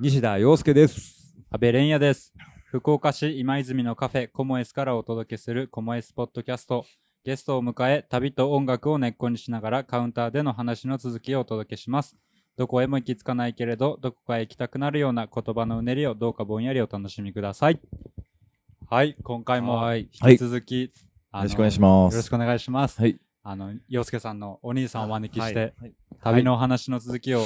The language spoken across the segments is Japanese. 西田洋介です。安倍蓮也です。福岡市今泉のカフェコモエスからお届けするコモエスポッドキャスト。ゲストを迎え、旅と音楽を根っこにしながらカウンターでの話の続きをお届けします。どこへも行き着かないけれど、どこかへ行きたくなるような言葉のうねりをどうかぼんやりお楽しみください。はい、今回も引き続き、よろしくお願いしまます。よろしくお願いします。はいあの、洋介さんのお兄さんをお招きして、あはい旅のお話の続きを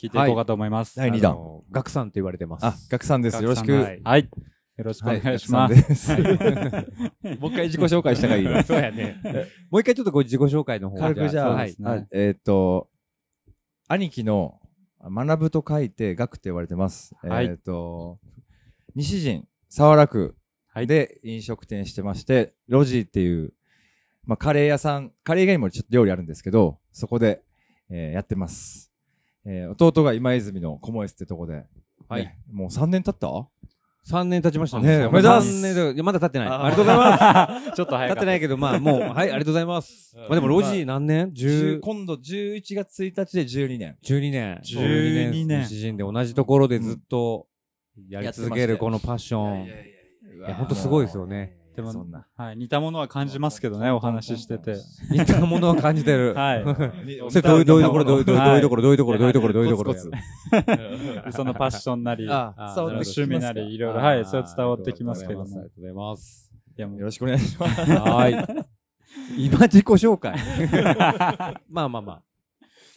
聞いていこうかと思います。はい第二弾あの。ガクさんと言われてます。あ、ガクさんです。よろしく。ガクさんはい。よろしくおは願いします。ガクさんですもう一回 自己紹介したがいい。そうやね。 もう一回ちょっとご自己紹介の方を軽くじゃあ、そうはでいすねあえーっと、兄貴の学ぶと書いて学って言われてます。はいえーっと、西陣、沢楽はいで飲食店してまして、ロジーっていう、まあ、カレー屋さん、カレー以外にもちょっと料理あるんですけど、そこで、えーやってます。えー弟が今泉のコモエスってとこで、はいねもう3年経った3年経ちましたねえおめでとうございます三年だいやまだ経ってない。あーありがとうございます。ちょっと 経早っかてないけど、まあもう、はい、ありがとうございます。まあでも、ロジー何年10 10今度11月1日で12年。 12年。 12年詩人で同じところでずっとやり続けるこのパッション。いや、ほんとすごいですよね。でもそんな。はい、似たものは感じますけどね、お話ししてて。似たものは感じてる。 はそれどういうどういうところどういうどうはいいうところどういうところどういうところどういうところどういうとこコろツコツ い。そのパッションなり、ああ伝わってき趣ますか味なり、いろいろ、あーはい、それは伝わってきますけどあも。りがとうございます。いや、もよう、ろしくお願いします。ありがとうございますはい。今自己紹介。 まあまあまあ。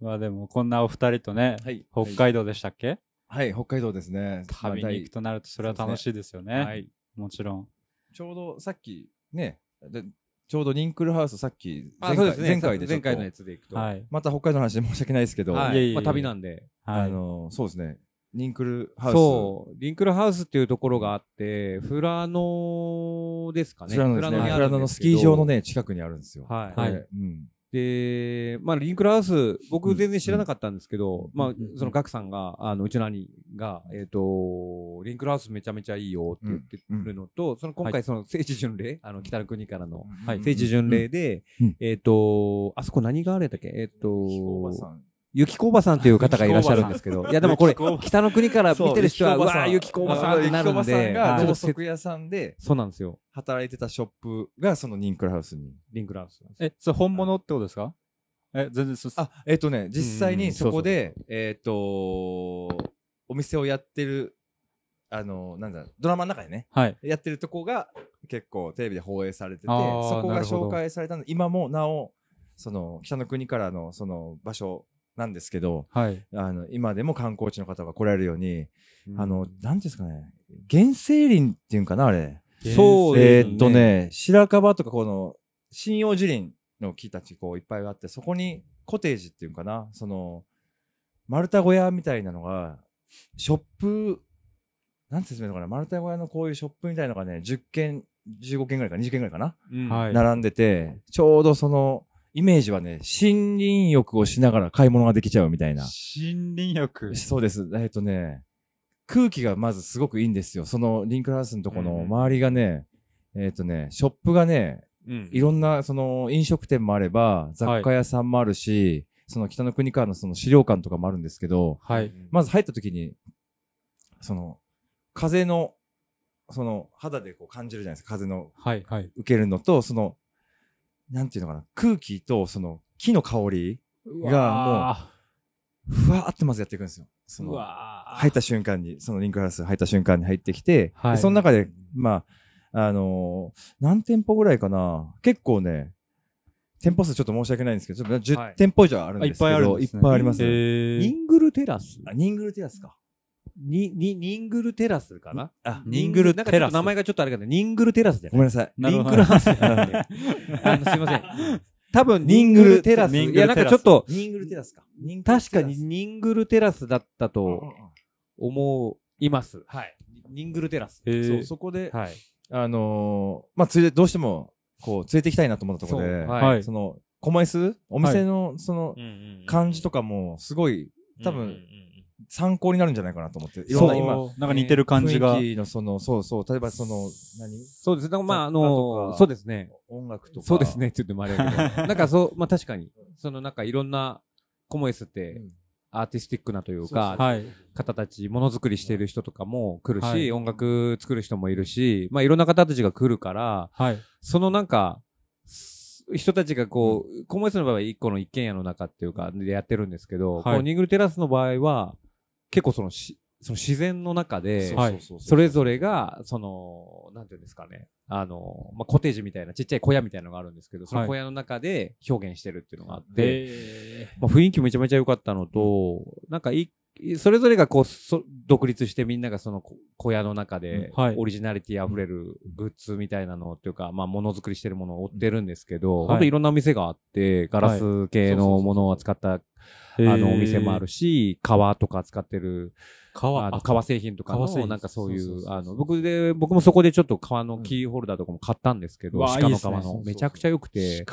まあでも、こんなお二人とね、はい。北海道でしたっけはい、北海道ですね。旅に行くとなると、それは楽しいですよはね。い。もちろん。ちょうどさっき、ね、でちょうどリンクルハウスさっき、あ前そう回ですね。前回でちょ前っと回のやつでいくと。。はいい。また北海道の話で申し訳ないですけど、いえいえいえまあ旅なんで。あはい。の、そうですね。リンクルハウス。そう、リンクルハウスっていうところがあって、富良野ですかね。フラノですね。にあフるラんノのですスけどキー場の。ね、近くにあるんですよ。はい。はいでうん。で、まあ、リンクルハウス、僕全然知らなかったんですけど、まあうんうん、そのガクさんが、あの、うちの兄が、えっ、と、リンクルハウスめちゃめちゃいいよって言ってるのと、その今は回その聖地巡礼、あの、北の国からの、はい聖地巡礼で、うんえっ、と、あそこ何があれだっけえっ、おばさと、ん。ゆきこおばさんっていう方がいらっしゃるんですけど、いやでもこれ、北の国から見てる人は、うわー、ゆきこおばさんってなゆきこるんおばさんで、がちょろっとうそく屋さんでそうなんですよ。働いてたショップがそのリンクルハウスに。リンクルハウスなんですよ。え、それ本物ってことですかえ、全然、そあ、えっ、とね、実際うんにそこで、えっ、とお店をやってる、あのなんだ、ドラマの中でね、はい。やってるとこが結構テレビで放映されてて、あーそこながるほど紹介されたの、今もなお、その、北の国からのその場所なんですけど、はい。あの、今でも観光地の方が来られるように、うんあの、なんていうんですかね、原生林っていうんかな、あれ。そうですねえーっとね、白樺とかこの、針葉樹林の木たちこういっぱいあって、そこにコテージっていうのかな、その、丸太小屋みたいなのが、ショップ、なんて説明するのかな、丸太小屋のこういうショップみたいなのがね、10軒、15軒ぐらいか、20軒ぐらいかな、うんはい並んでて、ちょうどその、イメージはね、森林浴をしながら買い物ができちゃうみたいな。森林浴。そうです。えっとね、空気がまずすごくいいんですよ。そのリンクルハウスのとこうんの周りがね、えっとね、ショップがね、うんいろんなその飲食店もあれば、雑貨屋さんもあるし、その北の国からのその資料館とかもあるんですけど、はい。まず入った時に、その、風の、その肌でこう感じるじゃないですか。風のはい。はい。受けるのと、その、なんていうのかな、空気とその木の香り、がふわーってまずやっていくんですよ。そのわ入った瞬間に、そのリンクハウス入った瞬間に入ってきて、はいでその中で、まあ、あのー何店舗ぐらいかな、結構ね、店舗数ちょっと申し訳ないんですけど、ちょっとはい10店舗以上あるんですけど、あいっぱいあるんいでっすねぱいあります、えニー、ングルテラスあ、ニングルテラスか。に、に、ニングルテラスかなあ、ニングルなんテかちょっラとス。名前がちょっとあれかな。ニングルテラスじゃごなめんないさい。なリるンほどクルハウスなんで。あのすいません。 多分、ニニンンググルルテラス。ニングルいテや、ラスなんかちょっと、ニングルテラスか。ニングルテラス確かに、ニングルテラスだったと思います。はい。ニングルテラス。えーそう、そこで、はい。あのーまあ、ついで、どうしても、こう、連れて行きたいなと思ったところで、そうはい。その、コマイスお店の、その、感じとかも、すごい、多分うんうん参考になるんじゃないかなと思って、いろそんなう今、なんか似てる感じが。雰囲気のその、そうそう、例えばその、何そうですね。まあ、あ雑貨との、かそうですね。音楽とか。そうですね。ちょっと言ってもあれだけど。なんかそう、まあ確かに、そのなんかいろんな、コモエスって、うん。アーティスティックなというそうか、はい。方たち、ものづくりしてる人とかも来るし、はい音楽作る人もいるし、まあいろんな方たちが来るから、はい。そのなんか、す人たちがこう、コモエスの場合は一個の一軒家の中っていうか、でやってるんですけど、はいこのニングルテラスの場合は、結構そのし、その自然の中で、はいそうそれぞれが、その、なんていうんですかね、あの、まあ、コテージみたいな、ちっちゃい小屋みたいなのがあるんですけど、その小屋の中で表現してるっていうのがあって、で、まあ、雰囲気めちゃめちゃ良かったのと、なんかい、それぞれがこう、そ独立してみんながそのこ小屋の中で、うんはいオリジナリティ溢れるグッズみたいなのっていうか、まあ、ものづくりしてるものを追ってるんですけど、い本当いろんなお店があって、ガラス系のものを扱った、あの、お店もあるし。し、革とか使ってる、川あの革製品とか革製の、品なんかそういそうそうそうう、そうあの、僕で、僕もそこでちょっと革のキーホルダーとかも買ったんですけど、うんうわ鹿いいのっす革ねそうそうそのう、めちゃくちゃ良くて、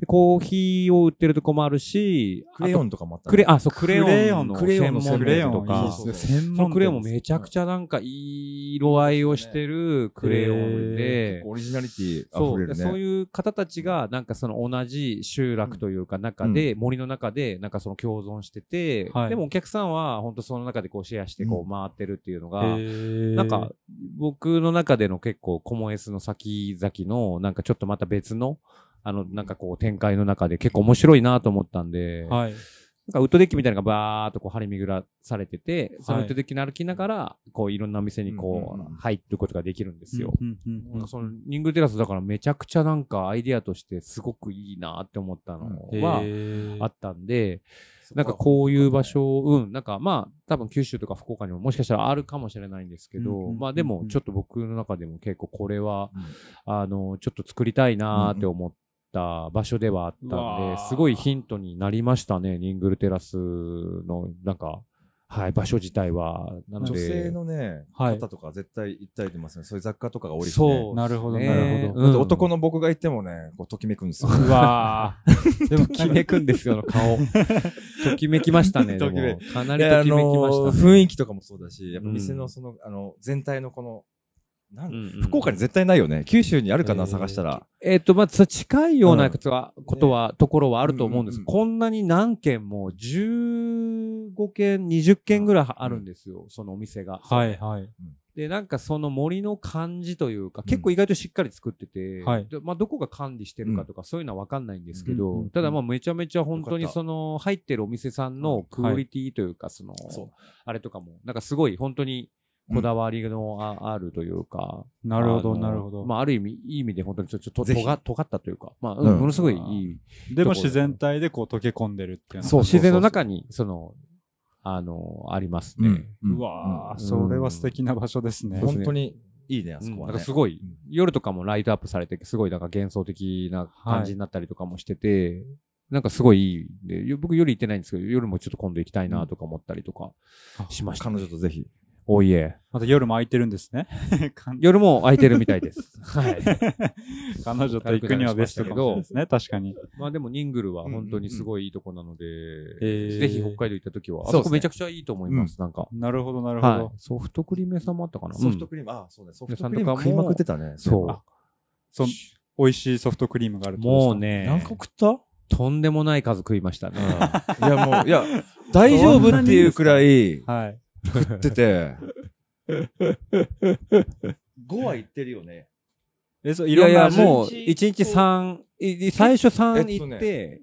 でコーヒーを売ってるとこもあるし、クレヨンとかもあったクレ、あ、そう、ククレレヨヨンンのの専門専門店クレヨンといいっかす、いいですね。専その門クレヨンもめちゃくちゃなんかいい色合いをしてるクレヨンで、オリジナリティそ溢れう、るでね。そういう方たちが、なんかその同じ集落というか中で、森の中で、なんかその共存してて、はいでもお客さんは本当その中でこうシェアしてこうう回ってるっていうのが、ななんか、、僕の中での結構、コモエスの先々の、なんかちょっとまた別の、あの、なんかこう展開の中で結構面白いなと思ったんで、はい。なんかウッドデッキみたいなのがバーっとこう張り巡らされてて、そのウッドデッキの歩きながら、こういろんなお店にこうんうんうんう入っていくことができるんですよ。うんうんうんうんなんかそのリングテラスだからめちゃくちゃなんかアイディアとしてすごくいいなって思ったのはへーあったんで、なんかこういう場所、うん、なんかまあ多分九州とか福岡にももしかしたらあるかもしれないんですけど、うんうんうんうんまあでもちょっと僕の中でも結構これは、うんあの、ちょっと作りたいなーって思った場所ではあったんで、うわーすごいヒントになりましたね、ニングルテラスのなんか、はい、場所自体は。なので女性のね、はい方とか絶対行ったりてますね。そういう雑貨とかが多いしね。そうですね、なるほどねなるほどうんだって男の僕が行ってもね、こう、ときめくんですよ。うわーでも、ときめくんですよ、あの顔。ときめきましたね。で もときめかなりであときめきまのーしたね。雰囲気とかもそうだし、やっぱ店うのんその、あの、全体のこの、なんうんうん福岡に絶対ないよね。九州にあるかな、えー探したら。えっ、と、まあ、つ近いよううなんことは、ことは、ところはあると思うんです。うんうんうんこんなに何件も、15件、20件ぐらいあるんですよ、そのお店が。はいはい。で、なんかその森の感じというか、結構意外としっかり作ってて、はいでまあ、どこが管理してるかとか、そういうのはわかんないんですけど、うんうんうんただまあ、めちゃめちゃ本当よにかったその、入ってるお店さんのクオリティというか、その、そあれとかも、なんかすごい本当にこだわりのあ,、あるというか。なるほあど、のなるほど。まあ、ある意味、いい意味で本当にちょっととぜひ尖尖ったというか、まあ、うんものすごいいい。でも自然体でこう溶け込んでるっていうのそう自然の中に、その、あの、ありますね。うわーそれは素敵な場所ですね。本当にいいね、あうそんこなはんね。かすごい、うん夜とかもライトアップされて、すごいなんか幻想的な感じになったりとかもしてて、なんかすごいいいんで、よ僕夜行ってないんですけど、夜もちょっと今度行きたいなとか思ったりとかしました、彼女とぜひ。おいえ。また夜も空いてるんです ね。完夜も空いてるみたいです。はい。彼女と行くにはベストかもしれないですね、確かに。まあでも、ニングルは本当にすごいいいとこなので、えーぜひ北海道行った時は、あそうでそすねこめちゃくちゃいいと思います、なんか。なるほど、なるほはどい。。ソフトクリーム屋さんもあったかなソフトククリーム、あ、そうね、ソフフトトククリリーームム食いまくってたね。リーいえムばそその美味しいソフトクリームがあるう。ってことですもかうね、何個食ったとんでもない数食いましたね。いや、もう、いや、大丈夫っていうくらい、はい。食って て。5は行ってるよね。え、そう、いいろやんいなや、味もう、1日3、い最初3えっとね行って、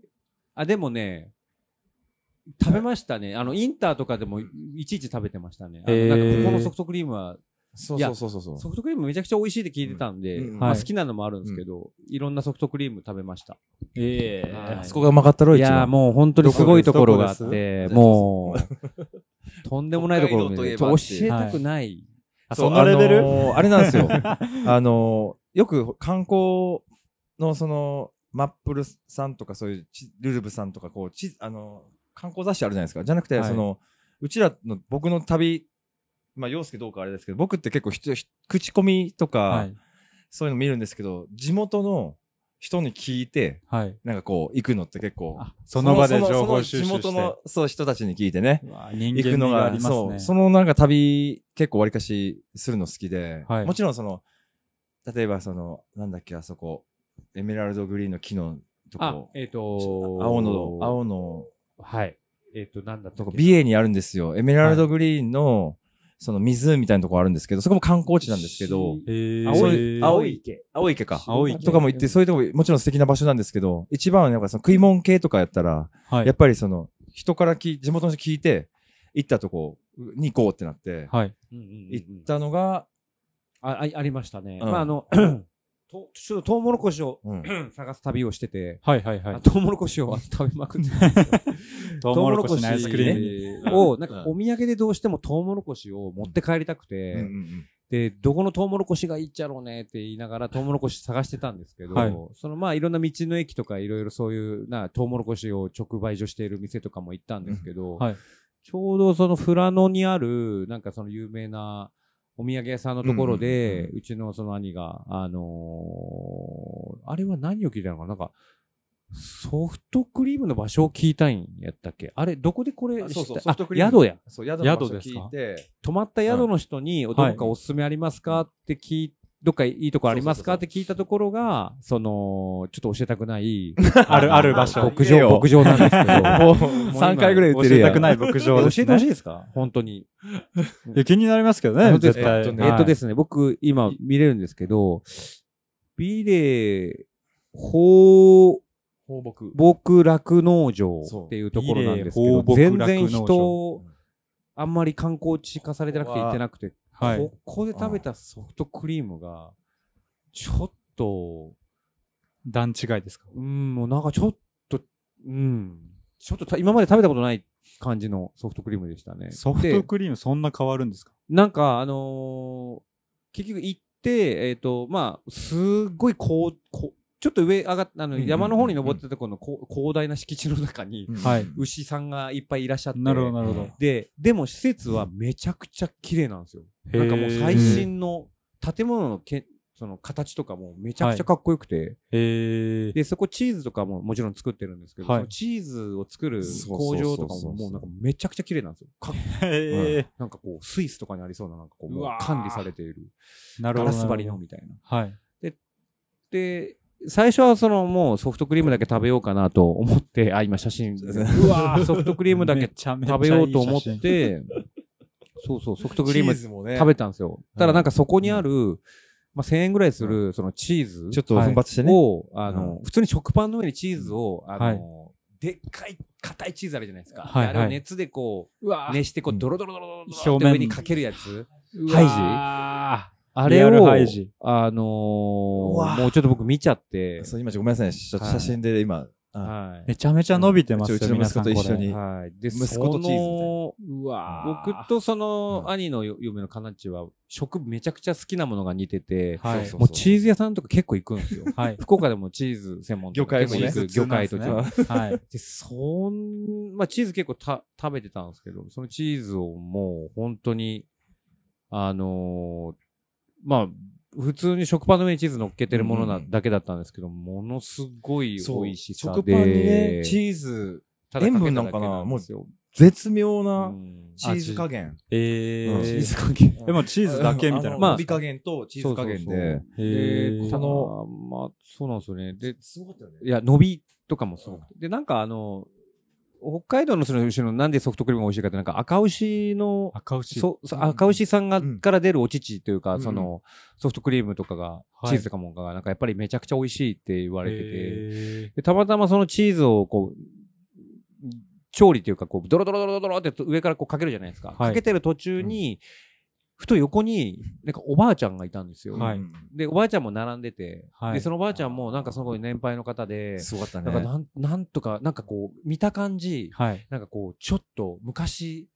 あ、でもね、食べましたね。あの、インターとかでもいちいち食べてましたね。あのへーなんか、ここのソフトクリームは、そううそうそうそうそう。ソフトクリームめちゃくちゃ美味しいって聞いてたんで、うんうんまはあい好きなのもあるんですけど、いろんなソフトクリーム食べました。ええはいあがうまかったろいやーももう本当にすごいところがあっどこてで、すもう、とんでもないところ北海道といえで、ばちょ教えたくない。あそうそんなレベルあのーあれなんで すよ。あのーよく観光のその、マップルさんとかそういうち、ルルブさんとか、こう、地あのー観光雑誌あるじゃないですか。じゃなくて、はいその、うちらの僕の旅、まあ、陽介どうかあれですけど、僕って結構ひとひ口コミとか、はい。そういうの見るんですけど、地元の人に聞いて、はい。なんかこう、行くのって結構、あその場で情報そ収集のして。地元の、そう、人たちに聞いてね。うわ人行間くの味があが、りますそね。う、そのなんか旅、結構わりかしするの好きで、はいもちろんその、例えばその、なんだっけ、あそこ、エメラルドグリーンの木のとあこ、、えっ、と青の、青の、はい。えっ、と、なんだったとっこけ美瑛にあるんですよ。エメラルドグリーンの、その湖みたいなとこあるんですけど、そこも観光地なんですけど、しえ青いー青い池。青い池か。青い池とかも行って、そういうとこ、もちろん素敵な場所なんですけど、一番はねやっぱその食い物系とかやったら、はいやっぱりその、人からき、地元の人聞いて、行ったとこに行こうってなって、はい。うんうんうんうん行ったのが、ああありましたね。うんまあ、あの、 とちょっとトウモロコシをうん。 探す旅をしてて、はいはいはあい。トウモロコシを 食べまくってたんですよトウモロコシのアイスクリームに。ムを、なんかお土産でどうしてもトウモロコシを持って帰りたくて、うんうんうんで、どこのトウモロコシがいいっちゃろうねって言いながらトウモロコシ探してたんですけど、はいそのまあいろんな道の駅とかいろいろそういうなトウモロコシを直売所している店とかも行ったんですけど、はいちょうどその富良野にあるなんかその有名なお土産屋さんのところうんうんで、ううちのその兄が、あのーあれは何を聞いたのかななんか、ソフトクリームの場所を聞いたんやったっけあれ、どこでこれあ知ったそうそうソフトクリーあム宿や。そう、宿の場所宿ですか聞いて、泊まった宿の人に、どこかおすすめありますかって聞いどっかいいとこありますかそっうそて聞いたところが、その、ちょっと教えたくない、 ある、ある場所。牧場、牧場なんですけ ど。もう3回ぐらい言って教えるやたん。くない牧場教でえす てほしいね。ですか本当に。いや気になりますけど本ね、当です絶か対。えっとねはいえっとですね、僕、今見れるんですけど、ビレ放放牧。牧酪農場そうっていうところなんですけビレど放、牧酪農全場然人、あんまり観光地化されてなくこてこは行ってなくて、はい。ここで食べたソフトクリームが、ちょっと、段違いですか。うん、もうなんかちょっと、うん、ちょっとた今まで食べたことない感じのソフトクリームでしたね。ソフでトクリームそんな変わるんですかなんか、あのー結局行って、えっ、と、まあ、すっごいこう、こうちょっと上上がっあの、うんうんうんうん山の方に登ってたところのこう広大な敷地の中に、はい牛さんがいっぱいいらっしゃって、なるほど、なるほど。で、でも施設はめちゃくちゃ綺麗なんですよ。へーなんかもう最新の建物のけ、その形とかもめちゃくちゃかっこよくて、えー。で、そこチーズとかももちろん作ってるんですけど、はいそのチーズを作るそうそ工うそうそ場うとかももうなんかめちゃくちゃ綺麗なんですよ。かえなんかこう、スイスとかにありそうななんかこう、うわー管理されている。ー。なるガほど。ラス張りのなるみたいな。ほど。はい。で、最初はそのもうソフトクリームだけ食べようかなと思って、あ、今写真。うわーソフトクリームだめけちゃめちゃい食いべようと思っ写真。て、そうそう、ソフトクリームチズもね食べたんですよ。ただなんかそこにある、まあ、1000円ぐらいする、そのチーズ。ちょっと奮発してね。を、あの、普通に食パンの上にチーズを、あの、はいでっかい、硬いチーズあるじゃないですか。はいであれはをい熱でこうわう、熱してこう、ドロドロドロドロドロっ表て面上にかけるやつ。ー。ハイジハあれリアルを、ハイジあのーうわもうちょっと僕見ちゃって、そう、今ちょっとごめんなさい。ちょっとはい写真で今、あはめちゃめちゃ伸びてますよ、うちの皆息さ子んと一緒これい。に。はい。で、息子とチーズみたいなそのうわー僕とそのうん兄の嫁のかなっちは、食めちゃくちゃ好きなものが似てて、はいそうもうチーズ屋さんとか結構行くんです よ。はい。福岡でもチーズ専門店魚介もね結構行く魚介とチーズ。はい。で、そん、まあ、チーズ結構た食べてたんですけど、そのチーズをもう本当に、あのーまあ、普通に食パンの上にチーズ乗っけてるものな、うんうんだけだったんですけど、ものすごいそう美味しさで。食パンにね、チーズ、ただかけた塩分なんかなだけんですよ絶妙なうんチーズ加減。えうんー。加減。でもチーズだけみたいな。あのまあ伸び加減とチーズ加減そうそうで。えで、ーこの、まあ、そうなんですよね。で、すごかったよねいや、伸びとかもすごくて。で、なんかあの、北海道のその後ろのなんでソフトクリームが美味しいかって、なんか赤牛の赤牛。そう、そううん赤牛さんが、うんから出るお乳というか、うんその、ソフトクリームとかが、はいチーズとかもが、なんかやっぱりめちゃくちゃ美味しいって言われてて、えでたまたまそのチーズをこう、調理というか、こう、ドロドロドロドロって上からこうかけるじゃないですか。いかけてる途中に、ふと横に、なんかおばあちゃんがいたんですよ。はいで、おばあちゃんも並んでて、はいで、そのおばあちゃんもなんかすごい年配の方で、すごかったなんかね。なん、なんとか、なんかこう、見た感じ、ーはい。なんかこう、ちょっと昔、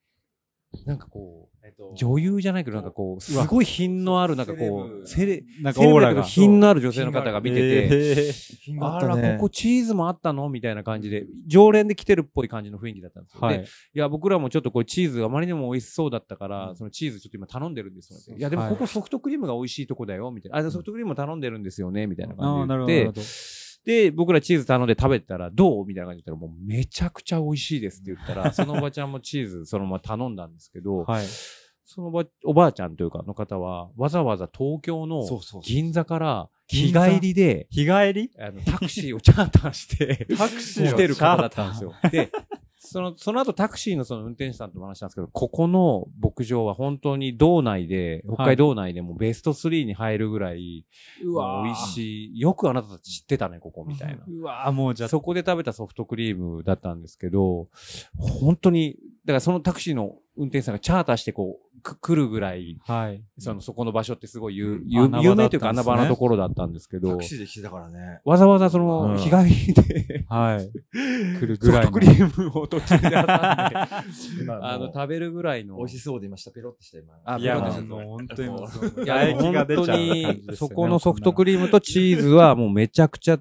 なんかこう、えっと女優じゃないけど、なんかこう、すうわごい品のある、なんかセレこブう、セレ、なんかセオレーブだラけどが。品のある女性の方が見てて、えー品があったねら、ここチーズもあったのみたいな感じで、常連で来てるっぽい感じの雰囲気だったんですよ。はでい。いや、僕らもちょっとこれチーズがあまりにも美味しそうだったから、うんそのチーズちょっと今頼んでるんですよそうそ。ういや、でもはいここソフトクリームが美味しいとこだよ、みたいな。あ、ソフトクリームも頼んでるんですよね、みたいなああ、感じなるほど。でな言るほってど。。で、僕らチーズ頼んで食べたら、どうみたいな感じで言ったら、もうめちゃくちゃ美味しいですって言ったら、そのおばちゃんもチーズそのまま頼んだんですけど、はい。そのおばおばあちゃんというかの方は、わざわざ東京のそうそうそう銀座から日銀座帰りで、日帰りあのタクシーをチャーターして タクシ来てる方だったんですよ。よ。で、その、その後タクシーのその運転手さんとも話したんですけど、ここの牧場は本当に道内で、はい北海道内でもベスト3に入るぐらい、う美味い。しい。よくあなたたち知ってたね、ここ、み たいな。うわーもうじゃあ、そこで食べたソフトクリームだったんですけど、本当に、だからそのタクシーの運転手さんがチャーターしてこう、く来るぐらい、はい。その、そこの場所ってすごい穴場有だったんです有ね有名というか穴場なところだったんですけタどク、シーで来てたからね。わざわざその、うん日帰 りで、 はい。来るぐソらフいの。トクリームを途中で挟んで、あ今の、の、食べるぐらいの。美味しそうで今した、ペロってした今。あいや、ペロッもうとしたもう本当にもうその、い唾液がや、本出ちゃう当感じですよに、ねそこのソフトクリームとチーズはもうめちゃくちゃ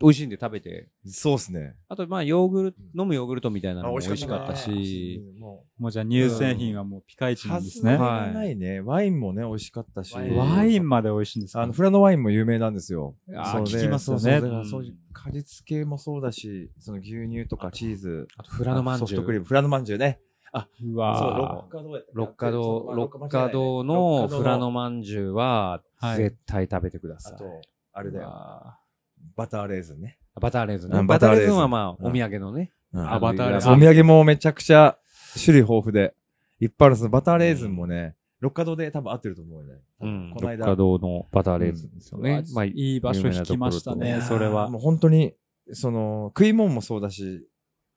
美味しいんで食べて。そうっすね。あと、まあ、ヨーグルト、飲むヨーグルトみたいなのも美味しかったねし、、うんももうじゃあ乳製品はもうピカイう、チなはんでずすね。はがないね。ワインもね、美味しかったし。ワいワインまで美味しいんですかあの、フラノワインも有名なんですよ。あーそうで聞きますよねそうそうだからうんそういう果実系もそうだし、その牛乳とかチーズ、あと、フラノマンソジフュトクリーム、フラノまんじゅうね。うそう、わ六花堂やったっけ六花そう堂、まあ六花堂のフラノまんじゅうは、はい絶対食べてくださあい。と、あれだよ。あバターレーズンね。ーバターレーズンうね。んババタターーレレーーズズンンはまあ、うんお土産のね。あバターレーズンお土産もめちゃくちゃ種類豊富で、いっぱいあるんですバターレーズンもね、六花堂で多分合ってると思うよね。うん。この六間。花堂のバターレーズンですようわね。まあ、いいい場所引きました有ね、名それはも。う本当に、その、食い物もそうだし、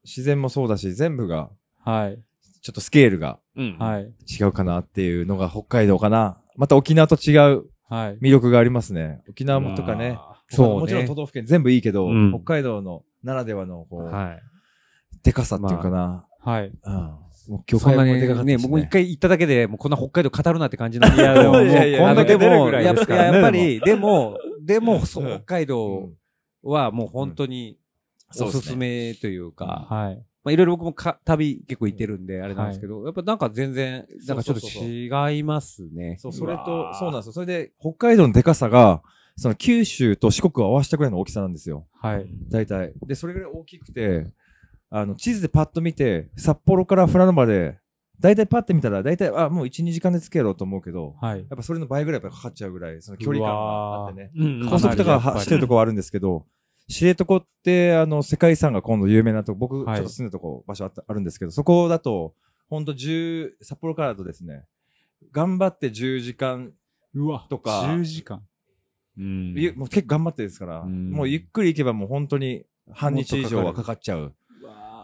自然もそうだし、全部が、はい。ちょっとスケールがうん。はい。違うかなっていうのが北海道かな。また沖縄と違うはい。魅力がありますね。沖縄もとかね。そうねもちろん都道府県全部いいけど、うん北海道のならではの、こう、はい。でかさっていうかな。はい。うん。もうそんなにでかかったしね、僕も一回行っただけで、もうこんな北海道語るなって感じなんいやでも もういやいやこんだけ出るぐらいやっですぱからねやっぱり、でも、でも、そううん北海道はもう本当にそうおですすねすめというか、はい。まあいろいろ僕もか旅結構行ってるんで、あれなんですけど、やっぱなんか全然、なんかちょっそうそうそうと違いますね。そう、それうとわ、ーそうなんですよ。それで、北海道のでかさが、その九州と四国を合わせたぐらいの大きさなんですよ。はい。大体。で、それぐらい大きくて、あの、地図でパッと見て、札幌から富良野まで、大体パッて見たら、大体、あ、もう1、2時間で着けろと思うけど、はい。やっぱそれの倍ぐらいやっぱかかっちゃうぐらい、その距離感があってね。うんうん高速かなりやとかっぱり走ってるとこはあるんですけど、知床って、あの、世界遺産が今度有名なとこ、僕、ちょはっいと住んでるとこ、場所あったあるんですけど、そこだと、ほんと10、札幌からだとですね、頑張って10時間、うわ。とか10時間。うんゆもう結構頑張ってですから、うんもうゆっくり行けばもう本当に半日以上もはっとかかっちゃう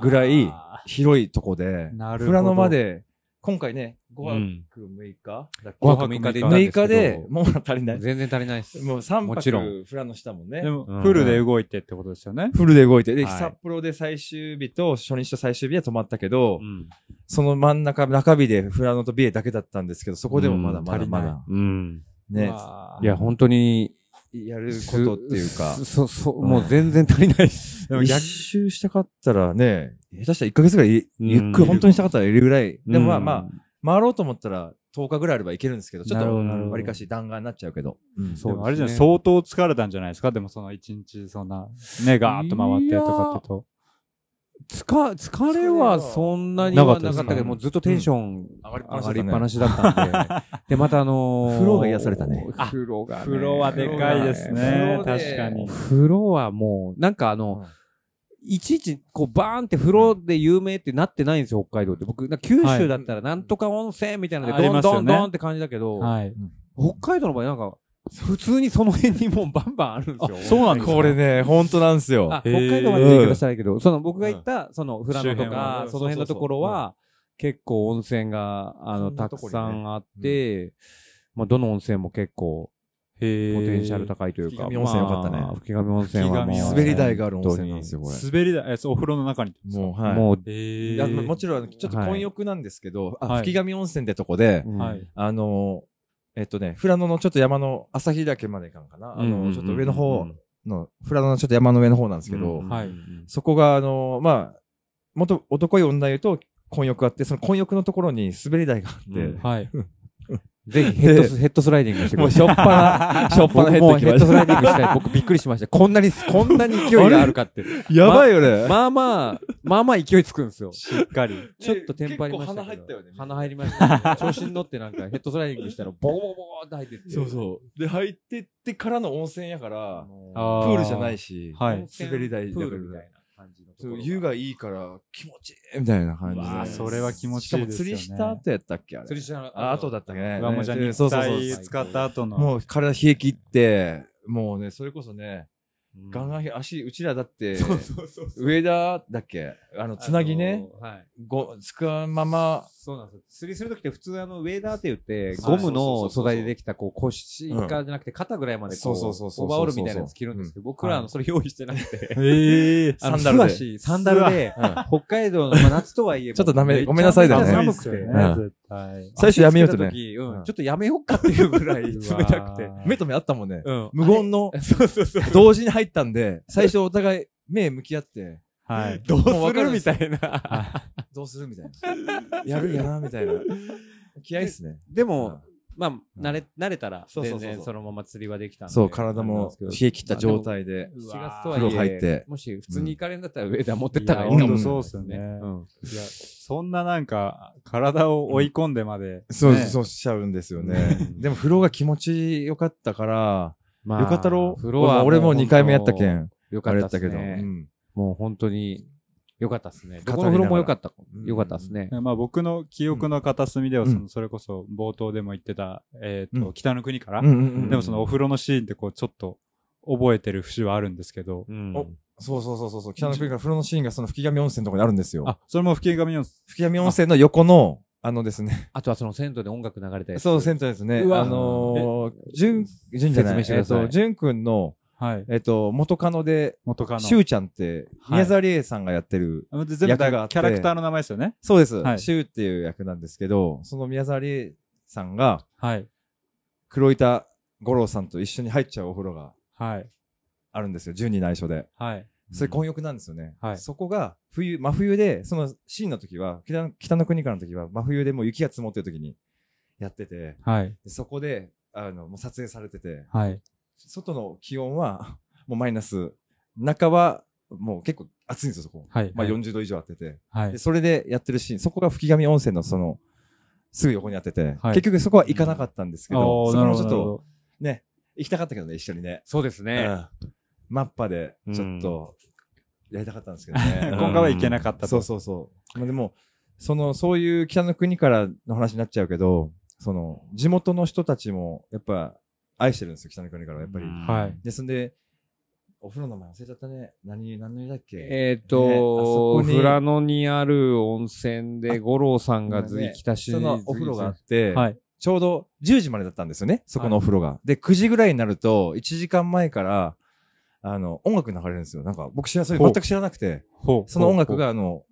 ぐぐららいい、広いとこで、なるほど富良野まで、今回ね、5う泊ん6日だっけ五泊六日で行ったんです6日けどで、もう足りない。全然足りないっす。もう3も泊ちろん富良野したもんね。でもうん、フルで動いてってことですよね。フルで動いて、で、はい札幌で最終日と初日と最終日は泊まったけど、うんその真ん中、中日で富良野と美瑛だけだったんですけど、そこでもまだうんまだまだ、うん。ね、いや、本当に、やることっていうか、そ、そ、そもう全然足りないっす。でも一逆周したかったらね、下手したら1ヶ月ぐらい、うんゆっくり本当にしたかったらいるぐらい、でもまあまあ、あ、回ろうと思ったら10日ぐらいあればいけるんですけど、ちょっなるとほどなるほど割かし弾丸になっちゃうけど、うんそうでもあれじゃない、ですね相当疲れたんじゃないですかでもその一日、そんな、目がーっと回ってとかってと。つか、疲れはそんなにはなかったけど、もうずっとテンション上がりっぱ上なしがだっりたっねぱなしだったんで。 で、またあのー、風呂が癒されたねお 風呂がね。風呂はでかいですね。風呂で確かに。風呂はもう、なんかあの、いちいち、こう、バーンって風呂で有名ってなってないんですよ、北海道って。僕、なんか九州だったら、なんとか温泉みたいなので、ありどんますよねどんどんって感じだけど、はい。北海道の場合、なんか、普通にその辺にもうバンバンあるんですよ。そうなんですかこれね、本当なんですよあ。へ北ー海道まで行ってくださいけど、その僕が行うっんた、その富良周野と辺はかう、んその辺のところは、結構温泉が、あその、んなたとくこにねさんあって、まあ、どの温泉も結構、ポテポテンシャル高いというか。吹上温泉良かったねまあ吹上温泉はも吹上温泉う。滑り台がある温泉なんですよ。よ、これ。滑り台、え、そうお風呂の中に。もう、はい。もう、えいやもちろん、ちょっと混浴なんですけど、あはい吹上温泉ってとこで、うんはい。あのー、えっとね、富良野のちょっと山の朝日岳まで行かんかな。あうんうんうんうの、んちょっと上の方の、富良野のちょっと山の上の方なんですけどうん、はいそこが、あのー、まあ、もっと男い女いと混浴があって、その混浴のところに滑り台があって、うんはい。ぜひヘッドス、ヘッドスライディングしてくもだうさしい。ょっ ぱな、しょっぱなヘッ僕ドもうきヘまッドスしライディングしたい。僕びっくりしました。こんなに、こんなに勢いがあるかって。た。やばいよね。まあまあ、まあまあ勢いつくんですよ。しっかり。ちょっとテンパりましたけ結構鼻ど。入ったよね鼻入りましたけど。調子に乗ってなんかヘッドスライディング したらボコボコボコって入ってって。そうそう。で、入ってってからの温泉やから、あのプールじゃないし、はい温泉滑り台だけどプールみたいな感じのとこそろうが湯がいいから気持ちいいみたいな感じでうわーそれは気持ちいいですよねしかも釣りした後やったっけあれ釣りしながらあ後だったっけねわもうじゃあね肉そうそうそう体使った後の。もう体冷え切ってもうねそれこそねうんガンガン足うちらだって そうそうそうそう。上田だっけあのつなぎね、あのー。はい。ごすくわんままそうなんですよ。釣りするときって普通あの、ウェーダーって言って、そうゴムの素材でできた、こう、腰かじゃなくて肩ぐらいまでこう、そうそうそうそうオーバーオールみたいなやつ着るんですけど、僕らあのそれ用意してなくて、ええ。あのサンダルで素足サンダルで、うん北海道の、まあ夏とはいえ、 ちょっとダメめちゃごめんなさいだよね寒くて。ねうん絶対。最初やめようと着ねてた時ううんん、ちょっとやめようかっていうぐらい冷たくうて。わー目と目あったもんねうん。無言の そうそうそう。同時に入ったんで最初お互い目向き合ってはい。どうもうす分かるるんでみすたいな。どうするみたいなやるやなみたいな気合いっすね でうんも、まあ、慣れ、慣れたら、そうそうそ全うそう然そのまま釣りはできたんで。そう、体もあれなんです冷え切った状態で。けどう7わ月ーとはい風呂入え、ってもし普通に行かれるんだったらウェーダー持ってったらいいかもいやしれほんとそない。うっすよねうんいや、そんななんか、体を追い込んでまで。そう、ねそうしちゃうんですよねう。んでも風呂が気持ちよかったから、まあよかったろ風呂は俺も2回目やったけもん、う。よかあっれたやっっすたねけど。うんもう本当に、よかったっすね。語りながらどこの風呂もよかったう。んよかったっすね。まあ僕の記憶の片隅では、うんその、それこそ冒頭でも言ってた、えっうと、ん北の国からう。んうんうんでもそのお風呂のシーンってこう、ちょっと覚えてる節はあるんですけど。うんおそうそうそうそうそう、北の国から風呂のシーンがその吹上温泉のとこにあるんですよ。あ、それも吹き紙の、吹上温泉の横の、あのですね、あとはその銭湯で音楽流れたりそう、銭銭湯ですね。うわあのー、純、純じゃな説明いしてくえっださいと、純くんの、はい。えっと、元カノで、元カノ。しゅうちゃんって、はい宮沢りえさんがやってる、あ全部だ役かがあらってキャラクターの名前ですよね。そうですは、いしゅうっていう役なんですけど、その宮沢りえさんが、はい。黒板五郎さんと一緒に入っちゃうお風呂がはい。あるんですよ。順に内緒で。はい。それ混浴なんですよね。はいそこが冬、真冬で、そのシーンの時は、北の北の国からの時は、真冬でもう雪が積もってる時にやってて、はい。でそこで、あの、もう撮影されてて、はい。外の気温は もうマイナス、中はもう結構暑いんですよ、そこ。はい。まあ40度以上あってて。はいで、。それでやってるシーン、そこが吹上温泉のその、すぐ横にあってて、はい結局そこは行かなかったんですけど、あーそこもちょなるっほとどね、行きたかったけどね、一緒にね。そうですね。うんマッパでちょっとやりたかったんですけどね。今回は行けなかったと。そうそうそう。まあ、でも、その、そういう北の国からの話になっちゃうけど、その、地元の人たちも、やっぱ、愛してるんですよ、北の国から、やっぱり。うんはい。で、そんで、お風呂の名前忘れちゃったね。何、何の湯だっけえっねあそと、こに富良野にある温泉で、五郎さんがずねいきたし、そのお風呂があって、はい。ちょうど10時までだったんですよね、そこのお風呂が。で、9時ぐらいになると、1時間前から、あの、音楽流れるんですよ。なんか、僕知らそれほう全く知らなくて。ほうその音楽が、あの、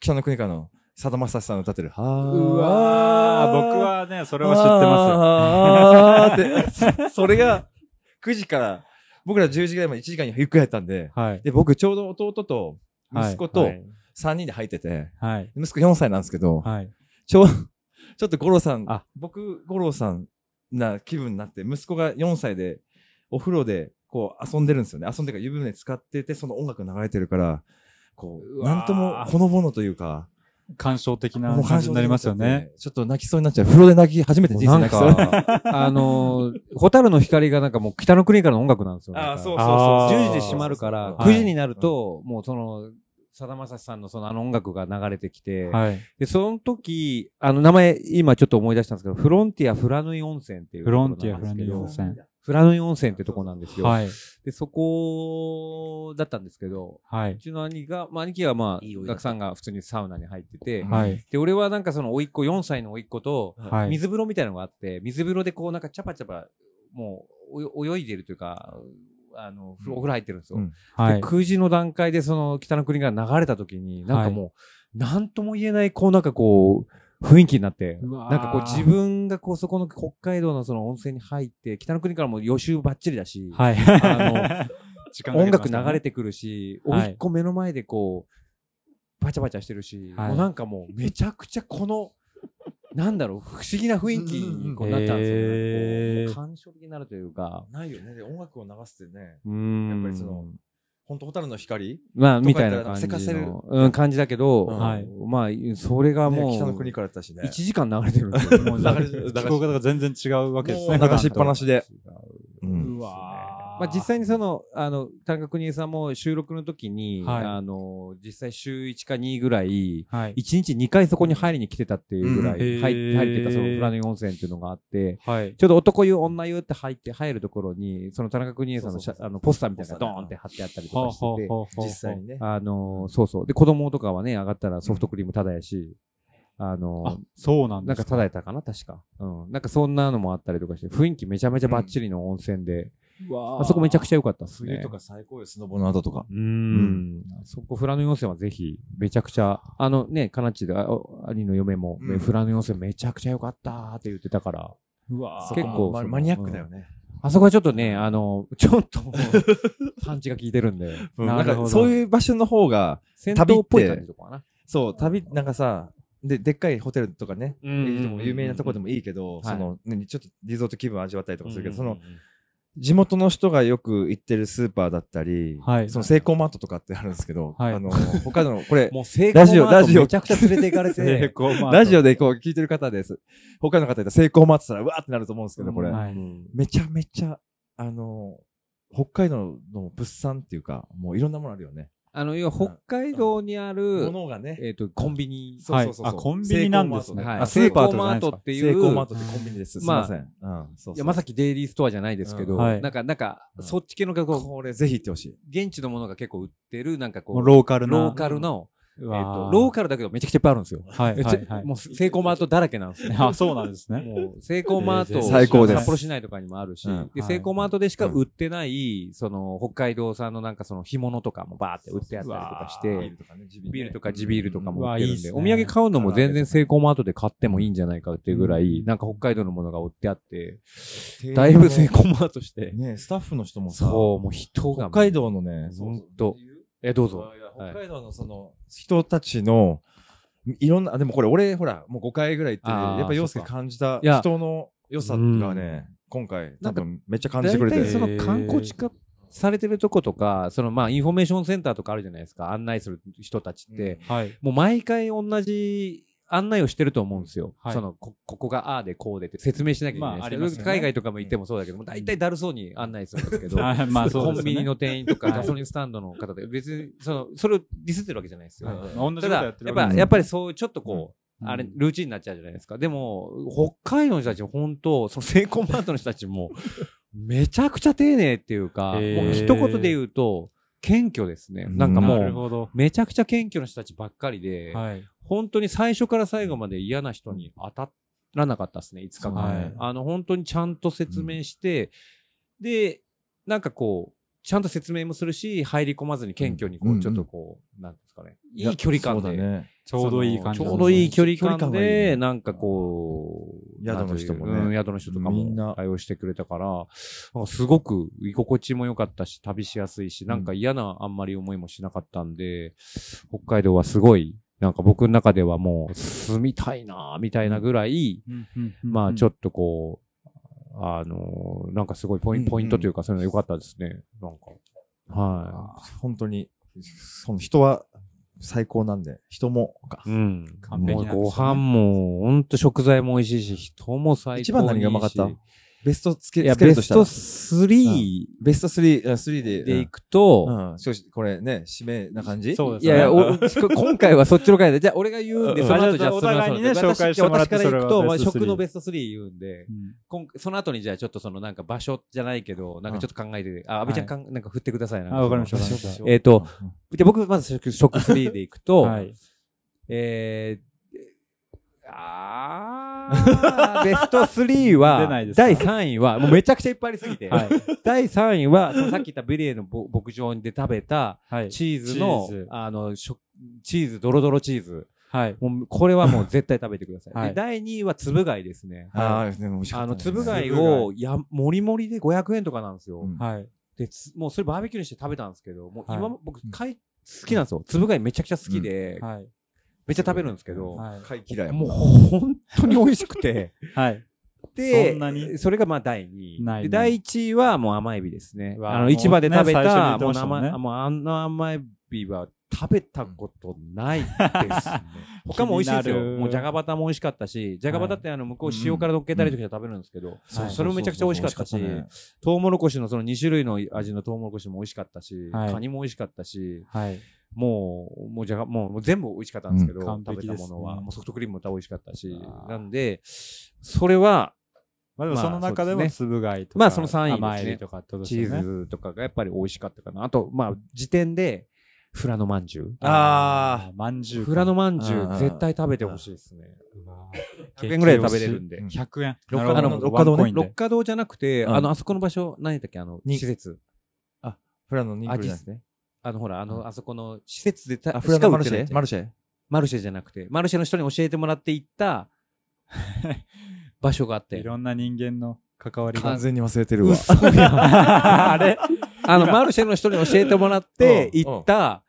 北の国からの、さだまさしさんの歌ってる、はうわー、僕はね、それは知ってまますよ。あーって、それが、9時から、僕ら10時ぐらいまで1時間にゆっくりやったんで、す。はい。で、僕ちょうど弟と、はい息子はとい3人で入ってて、はい。息子4歳なんですけど、はい。ちょ、ちょっと五郎さんあ、僕、五郎さんな気分になって、息子が4歳で、お風呂で、こう、遊んでるんですよね。遊んでるから湯船使ってて、その音楽流れてるから、こうう、わーなんとも、ほのぼのというか、感傷的なもう感じになりますよね。。ちょっと泣きそうになっちゃう。風呂で泣き初めて人生なん泣きそうになっちゃう。か、あのー、 ホタルの光がなんかもう北の国からの音楽なんですよ。なんかうあー10時で閉まるから、はい9時になると、もうその、さだまさしさんのそのあの音楽が流れてきて、はい。で、その時、あの名前、今ちょっと思い出したんですけど、フロンティア・フラヌイ温泉っていうフとロころンティアなんですけフラヌイ温ど、泉フラヌイ温泉ってとこなんですよ。はい。で、そこだったんですけど、。はいうちの兄が、まあ兄貴はまいいおあ、湯だ学さんが普通にサウナに入ってて、うんはい。で、俺はなんかその甥っ子、4歳の甥っ子と、はい。水風呂みたいなのがあって、水風呂でこうなんかチャパチャパ、もうおよ泳いでるというか、あの、風呂お風呂入ってるんですよ。うんはいで。9時の段階でその北の国が流れた時に、なんかもう、なんとも言えない、こうなんかこう、雰囲気になって、うわーなんかこう自分がこうそこの北海道のその温泉に入って、北の国からも予習ばっちりだし、はい。あ時間音楽流れて。てくるし、はい甥っ子目の前でこう、バチャバチャしてるし、はいもうなんかもうめちゃくちゃこの、なんだろう、不思議な雰囲気にこうなっちゃうんへーですよね。こう感傷になるというか、ないよね。で、音楽を流すってね、うーんやっぱりその、ほんと、ホタルの光まあ、とみかたやいったらな感せかじせるの、うん、感じだけど、うんはいまあ、それがもう、ね、北の国からだったしね。 1時間流れてるんですよ。 もう流流れ れ流れ聞こえ方が全然違うわけですね。もう流しっぱなしで普段とうんうわままあ、実際にその、あの、田中邦衛さんも収録の時に、はいあの、実際週1か2ぐらい、はい。 1日2回そこに入りに来てたっていうぐらい、うんへー入って入ってたそのプラネ温泉っていうのがあって、はい。ちょうど男湯、女湯って入って、入るところに、その田中邦衛さんそのうそ写うそうあのポスターみたいなのポがドスターーンって貼ってあったりはとかしてて、はは実際にね。あの、そうそう。で、子供とかはね、上がったらソフトクリームただやし、ああの、、そうなんなでんかすただやったかな、確か。うん。なんかそんなのもあったりとかして、雰囲気めちゃめちゃバッチリの温泉で、あそこめちゃくちゃ良かったっすね。冬とか最高よ、スノボの後とか。うーん。そこ、フラノ温泉はぜひ、めちゃくちゃ、あのね、カナッチで、あお兄の嫁も、うんフラノ温泉めちゃくちゃ良かったーって言ってたから、うわー結構まそのマニアックだよね。あそこはちょっとね、あの、ちょ っと、パンチが効いてるんで、うんななるほどんかそういう場所の方が、戦闘っぽい感じとかかな。そう、旅、なんかさ、で、でっかいホテルとかね、うんうんうんうんでも有名なとこでもいいけど、はいその、ねちょっとリゾート気分味わったりとかするけど、そうんのう、んうん、地元の人がよく行ってるスーパーだったり、はいそのセイコーマートとかってあるんですけど、はいあの、他の、こ れ、もう成功ラジオマーラトジオめちゃくちゃ連れて 行かれ成て、功マートラジオでこう聞いてる方です。他の方いたらセイコーマートしたら、うわーってなると思うんですけど、これ。うんはいうんめちゃめちゃ、あの、北海道の物産っていうか、もういろんなものあるよね。あの、要は北海道にある、物がね。えっと、コンビニ。そうそうそうはいあそう。コンビニなんですねはいあ、スーパーとかじゃないセですイコーマートかっ。ていうセイコーマートってコンビニです。すいまあません。うん、そうそう。いや、まさきデイリーストアじゃないですけど、うんはいなんか、なんか、うんそっち系の学校、これぜひ行ってほしい。現地のものが結構売ってる、なんかこもうう、ローカルな。ローカルの、うえっわー。と、ローカルだけどめちゃくちゃいっぱいあるんですよ。はいはいえちは ょもう、セイコーマートだらけなんですい。ね。あ、そうなんですね。もう、セイコーマーえト、ー最高です札幌市内とかにもあるし、うんで、はいセイコーマートでしか売ってない、その、北海道産のなんかその、干物とかもバーって売ってあったりとかしうて、わとかね、ビールとか地ビールとかうもわ売ってるんいいで、っすおね土産買うのも全然セイコーマートで買ってもいいんじゃないかっていうぐらういん、なんか北海道のものが売ってあって、うんだいぶセイコーマートして、ね、スタッフの人もさ、そう、もう人が。北海道のね、ほんそうと。え、どうぞ。いやはい北海道のその人たちの、いろんな、あでもこれ俺、ほら、もう5回ぐらい行ってあーて、やっぱ洋介感じたいや人の良さがね、今回、多分めっちゃ感じてくれ大て体。その観光地化されてるとことか、そのまあインフォメーションセンターとかあるじゃないですか、案内する人たちって、はい。もう毎回同じ案内をしてると思うんですよ。はいそのこ、ここがああでこうでって説明しなきゃいけないまあありですけど、ますよね海外とかも行ってもそうだけども、大体だる そうに案内するんですけ ど、あまあそうですよねコンビニの店員とか はいガソリンスタンドの方で、別に、その、それをディスってるわけじゃないですよ。はい同じこたとだ、ややってるっわぱ、けですねやっぱりそう、ちょっとこうう、んあれ、ルーチンになっちゃうじゃないですか。でも、北海道の人たち、本当そのセイコーマートの人た ちも、めちゃくちゃ丁寧っていうか、へーもう一言で言うと、謙虚ですね。なんかもなるう、ほど。めちゃくちゃ謙虚な人たちばっかりで、はい。本当に最初から最後まで嫌な人に当たらなかったですね、5日間。はいあの、本当にちゃんと説明して、で、なんかこう、ちゃんと説明もするし、入り込まずに謙虚に、こう、うんちょっとこう、なんですかね、いいやい距離感で、そうだね。ちょうどいい感じちなんですね。ょうどいい距離距感離感がいいで、ねなんかこう、宿の人もねなんといううん宿の人とかみんなも対応してくれたから、なんかすごく居心地も良かったし、旅しやすいし、なんか嫌なあんまり思いもしなかったんで、北海道はすごい、なんか僕の中ではもう住みたいな、みたいなぐらい、うんうんうん。まあちょょっっとこう、あのなんかすごいポイうんンうんポイントというか、そういうの良かったですね。なんか。は本当に、その人は最高なんで、人もかい。。うん。完璧なんですよねもうご飯も、ほんと食材も美味しいし、人も最高にいいし。一番何がうまかったベストつけいや、つけベるとしスたらト、3ベスト3、あ3で。でいくくと、うん。少しこれね、締めな感じそうですいやいや、そうお今回はそっちの回で、じゃあ俺が言うんで、うんその後じゃあおその互い後にねで紹介してもらって私から行そくと、れはベまあスト3食のベスト3言うんで、こんその後にじゃあちょっとそのなんか場所じゃないけど、なんかちょっと考えて、あ、阿部ちゃんかん、なんか振ってくださいな。あわかりましたどうしよじうどうしようえーと、ゃあ僕まず食食3でいくと、はい。えー、あー、ベスト3出ないはで、すか第3位は、もうめちゃくちゃいっぱいありすぎて、はい。第3位は、そのさっき言ったベリエのぼ牧場で食べたはい。チーズの、チーズあの、食チーズ、ドロドロチーズ。はい。もう、これはもう絶対食べてください。はいで、第2位はつぶ貝ですね。ああ、でも美味しかっあたねの、つぶ貝を、や、もりもりで500円とかなんですよ。うんはい。で、つもうそれバーベキューにして食べたんですけど、もうは今いも、僕、貝、好きなんですよ。つぶ貝めちゃくちゃ好きで、はい。めっちゃ食べるんですけど、はい。貝嫌い。もう本当に美味しく て。はい。で、そんなにそれがまあ第2位。ないで、第1位はもう甘エビですねう。わあの、市場で食べもうね最た、初に言ってもまうした生、もんねもうあの甘エビは食べたことないです ね。他も美味しいですよ。気になるもうじゃがバタも美味しかったし、じゃがバタってあの向こう塩辛乗っけたりとかして食べるんですけど、はいそれもめちゃくちゃ美味しかったし、美味かったねトウモロコシのその2種類の味のトウモロコシも美味しかったし、はいカニも美味しかったし、はい。もう、もうじゃが、もうもう全部美味しかったんですけど、うん完食べ璧たですねものは、もうソフトクリームも美味しかったしあ、ーなんで、それはまあでもまあその中でそうもです粒貝とか、まあその三位ですね甘エビとかってことですチよね。ーズとかがやっぱり美味しかったかな。あと、まあ、時点で、フラノまんじゅう。あー、まんじゅうか。フラノまんじゅうんうんう、絶対食べてほしいですね。うわー100円ぐらいで食べれるんで激推。し100円。六花堂なるほど六花堂ねワンコインで六花堂じゃなくて、うんあの、あそこの場所、何だっけ、あの、に施設。フラノにあ、来るじゃない実ね。あの、ほら、あの、あそこの施設でた、あ、フラノマルしシか売ってェないマルシェマルシェじゃなくて、マルシェの人に教えてもらって 行った場所があってい。ろんな人間の関わりが完。全に忘れてるわ。あれ あの、マルシェの人に教えてもらってうん行った、ん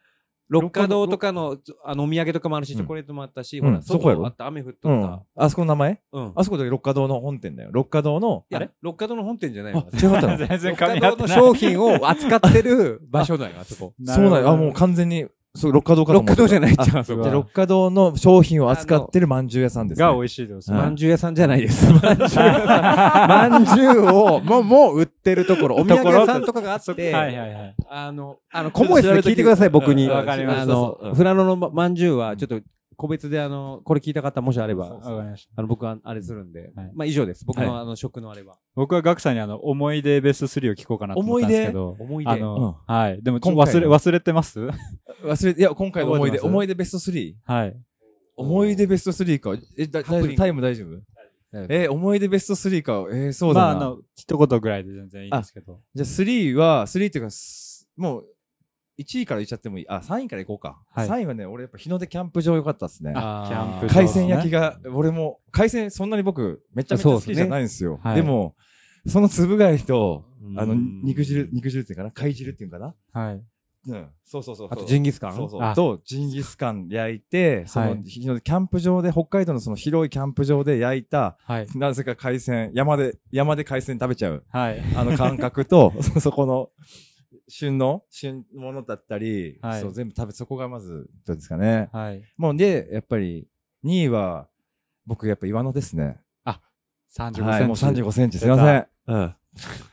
六花堂とかの、あの、お土産とかもあるし、チョコレートもあったし、うんほうんら、そこやろ外あった、雨降っうとっん。あそこの名前た。うん。あそこで六花堂の本店だよ。六花堂の、いや六花堂の本店じゃないあよ、。違かった の全然六噛花み合堂ってのない。商品を扱ってる場 所だよ、あそこ。そうなの。あ、もう完全に、そう、六花堂かと六思って花た堂じゃないじゃん、あそそここじゃあ六花堂の商品を扱ってるまんじゅう屋さんです ね。が美味しいです。うんまんじゅう屋さんじゃない です。まんじゅう屋さん。まんじゅうを、もう、もう売ってるところ、お土産屋さんとかがあっそこて、はいはいはい。あの、あの、コモエスで聞いてください、僕に。わかりましたあそうそううの、んフラノのままんじゅうは、ちょっと、個別であの、これ聞いた方もしあれわば、かりました。あの、僕はあれするんではい、まあ以上です。僕はのあの、食のあれは。僕はガクさんにあの、思い出ベスト3を聞こうかなと思ったんですけど。思い出あ。うのん、はい。でもちょっと今回忘れ、の忘れてます忘れて、いや、今回の思覚いえ出、てます思い出ベスト 3? はい。思い出ベスト3か。え、だハ大プニング丈夫タイム大丈夫え、えー、思い出ベスト3か。えー、そうまあ、だあな。の、一言ぐらいで全然いいんですけど。じゃあ3は、3っていうか、すもう、1位からいっちゃってもいい。あ、3位からいこうか。はい3位はね、俺やっぱ日の出キャンプ場良かったですね。キャンプ場海鮮焼きが、俺も、海鮮そんなに僕、めちゃめちゃ好きじゃないんですよ。そうですねはいでも、そのつぶ貝と、あの、うん肉汁、肉汁っていうかな貝汁っていうかなはい。うん。そうそうそうそう。あと、ジンギスカンそうそあう。と、ジンギスカン焼いて、そはの、いひのキャンプ場で、北海道のその広いキャンプ場で焼いた、はい。なぜか海鮮、山で、山で海鮮食べちゃう、はい。あの感覚と、そそこの、旬の、旬ものだったり、はいそう、全部食べ、そこがまず、どうですかね。はい。もうで、やっぱり、2位は、僕、やっぱ岩野ですね。 35センチ。はい、もう35センチ、すいません。うん。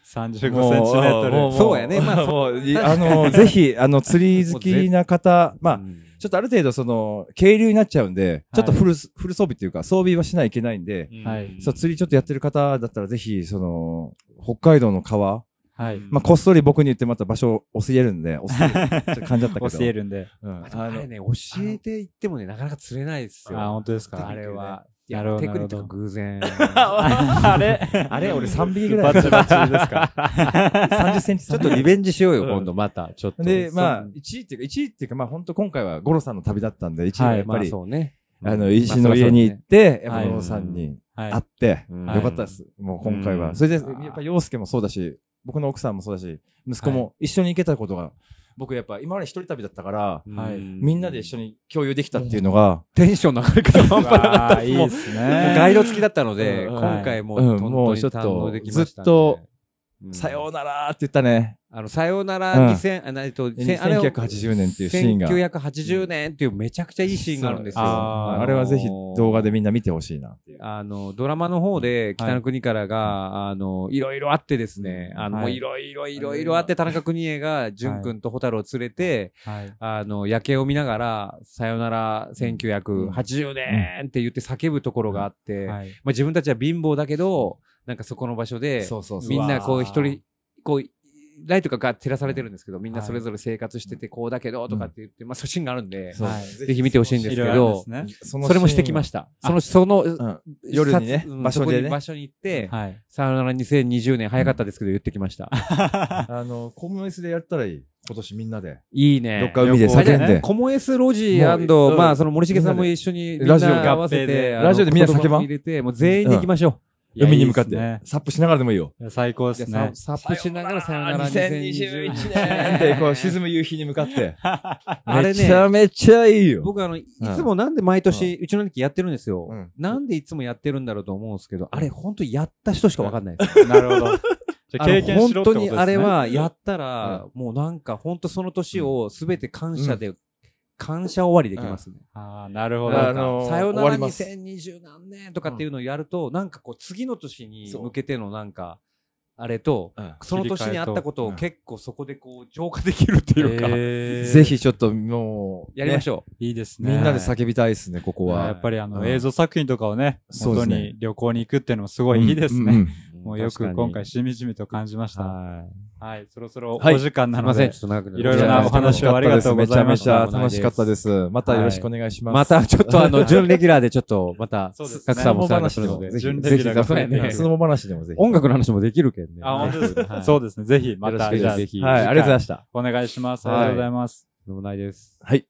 35センチメもうートル。ももそうやねまあもういあ の、ぜひ、あの、釣り好きな方、まあ、ちょっとある程度その、軽流になっちゃうんで、ちょっとフル、フル装備っていうか、装備はしないといけないんで、うんはいそう、釣りちょっとやってる方だったらぜひ、その、北海道の川、はい。まあ、こっそり僕に言ってまた場所を教えるん で、教える。ちょっと噛んじゃったけど。教え。るんで。うん。ああれの、ね、教えていってもね、なかなか釣れないですあ、よ。本当ですか。あれは。いなやるほどテクニックとか偶然。あれ あれ俺3匹ぐらバい。チバチですか。 30センチ。ちょっとリベンジしようよ、うん今度また。ちょっと。で、まあそう、 1位っていうか、1位っていうか、まあ、本当今回はゴロさんの旅だったんで、1位ははいやっぱまあり、そうね。あの、石井の家に行って、やっぱはいゴロさんにはい会。って、うんよかったです。もう今回うは。んそれで、やっぱ洋介もそうだし、僕の奥さんもそうだし、息子も一緒に行けたことが、僕やっぱ今まで一人旅だったから、はいみんなで一緒に共有できたっていうのが、テンションの上がり方半端なかったあいです。いもうです ガね。イド付きだったので、うん今回もうん本も当うにちょっと堪能できましたんで。ずっとうん、さようならって言ったね。あの、さようなうんら2000、あなえっと、千あれを1980年っていうシーンが。 1980年っていうめちゃくちゃいいシーンがあるんですよ。そうあーーあれはぜひ動画でみんな見てほしいなっていう。あの、ドラマの方で、北の国からが、あの、いろいろあってですね、あの、はいもういろいろいろいろあって、田中邦衛が、淳君と蛍を連れて、はい。あの、夜景を見ながら、さよなら1980年って言って叫ぶところがあって、まあはい。自分たちは貧乏だけど、なんかそこの場所で、うそうみんなこううわー一人、こう、ライトがガッ照らされてるんですけど、みんなそれぞれ生活してて、こうだけど、とかって言って、まあそういうシーンがあるんで、そうはいぜひ見てほしいんですけいろいろあるんでどす、ね。そそれもしてきましした。その、その、た。うん。夜にね撮うん場所でねそこに場所に行って、はい。さよなら2020年早かったですけど言ってきました。あの、コムエスでやったらいい。今年みんなで。いいね。どっか海で旅行叫んでで。コモエスロジもううんーまあ、その森重さんも一緒に、ラジオみんな合わせ合併でて、あのラジオでみんな叫ばん入れて、もう全員で行きましょ海に向かっいやいいてで。サップしながらでもいいよ。すね最高う。ですじゃねあ。ササップしながらさよなら2021 2021 年。年ってこう沈む夕日に向 かって。あれねめちゃめちゃいいよ。僕あの、いつもなんで毎年、うちの兄貴やってるんですうよん。なんでいつもやってるんだろうと思うんですけど、あれ本当やった人しかわかんないです。なるほど。じゃあ経あ験のしろ本ってこ当とですね。にあれはやったら、もうなんか本当その年をすべて感謝で感謝終わりできますね。ああ、なるほあど。のさよな終わらります2020何年とかっていうのをやると、なんかこう次の年に向けてのなんか、あれと、うんその年にあったことをうん結構そこでこう浄化できるっていうか、えーぜひちょっともう、 やりまょしょいいですうね。みんなで叫びたいですね、ここあーは。やっぱりあの、うん映像作品とかをね、そうで元すねに旅行に行くっていうのもすごいいいですね。うんうんう。もうよく今回しみじみと感じました。は、はいそろそろはいお時間い。すないのません、でちょっ、と長くなりいろいろなお話をありがとうございましやた楽かったですめちゃめちゃ楽しかったです。またよろしくお願いします。またちょっとあの、準レギュラーでちょっと、ま た、そうですね格差も探してるので、ぜひ準レぜギひュラーが増えてねその話でもぜひ。音楽の話もできるけんね。あ、本当ですか、はいそうですね。ぜひ、また、よろしじくゃあ、ぜひはい、ありがとうございました。お願いします。あはいりがとうございます。でもないです。はい。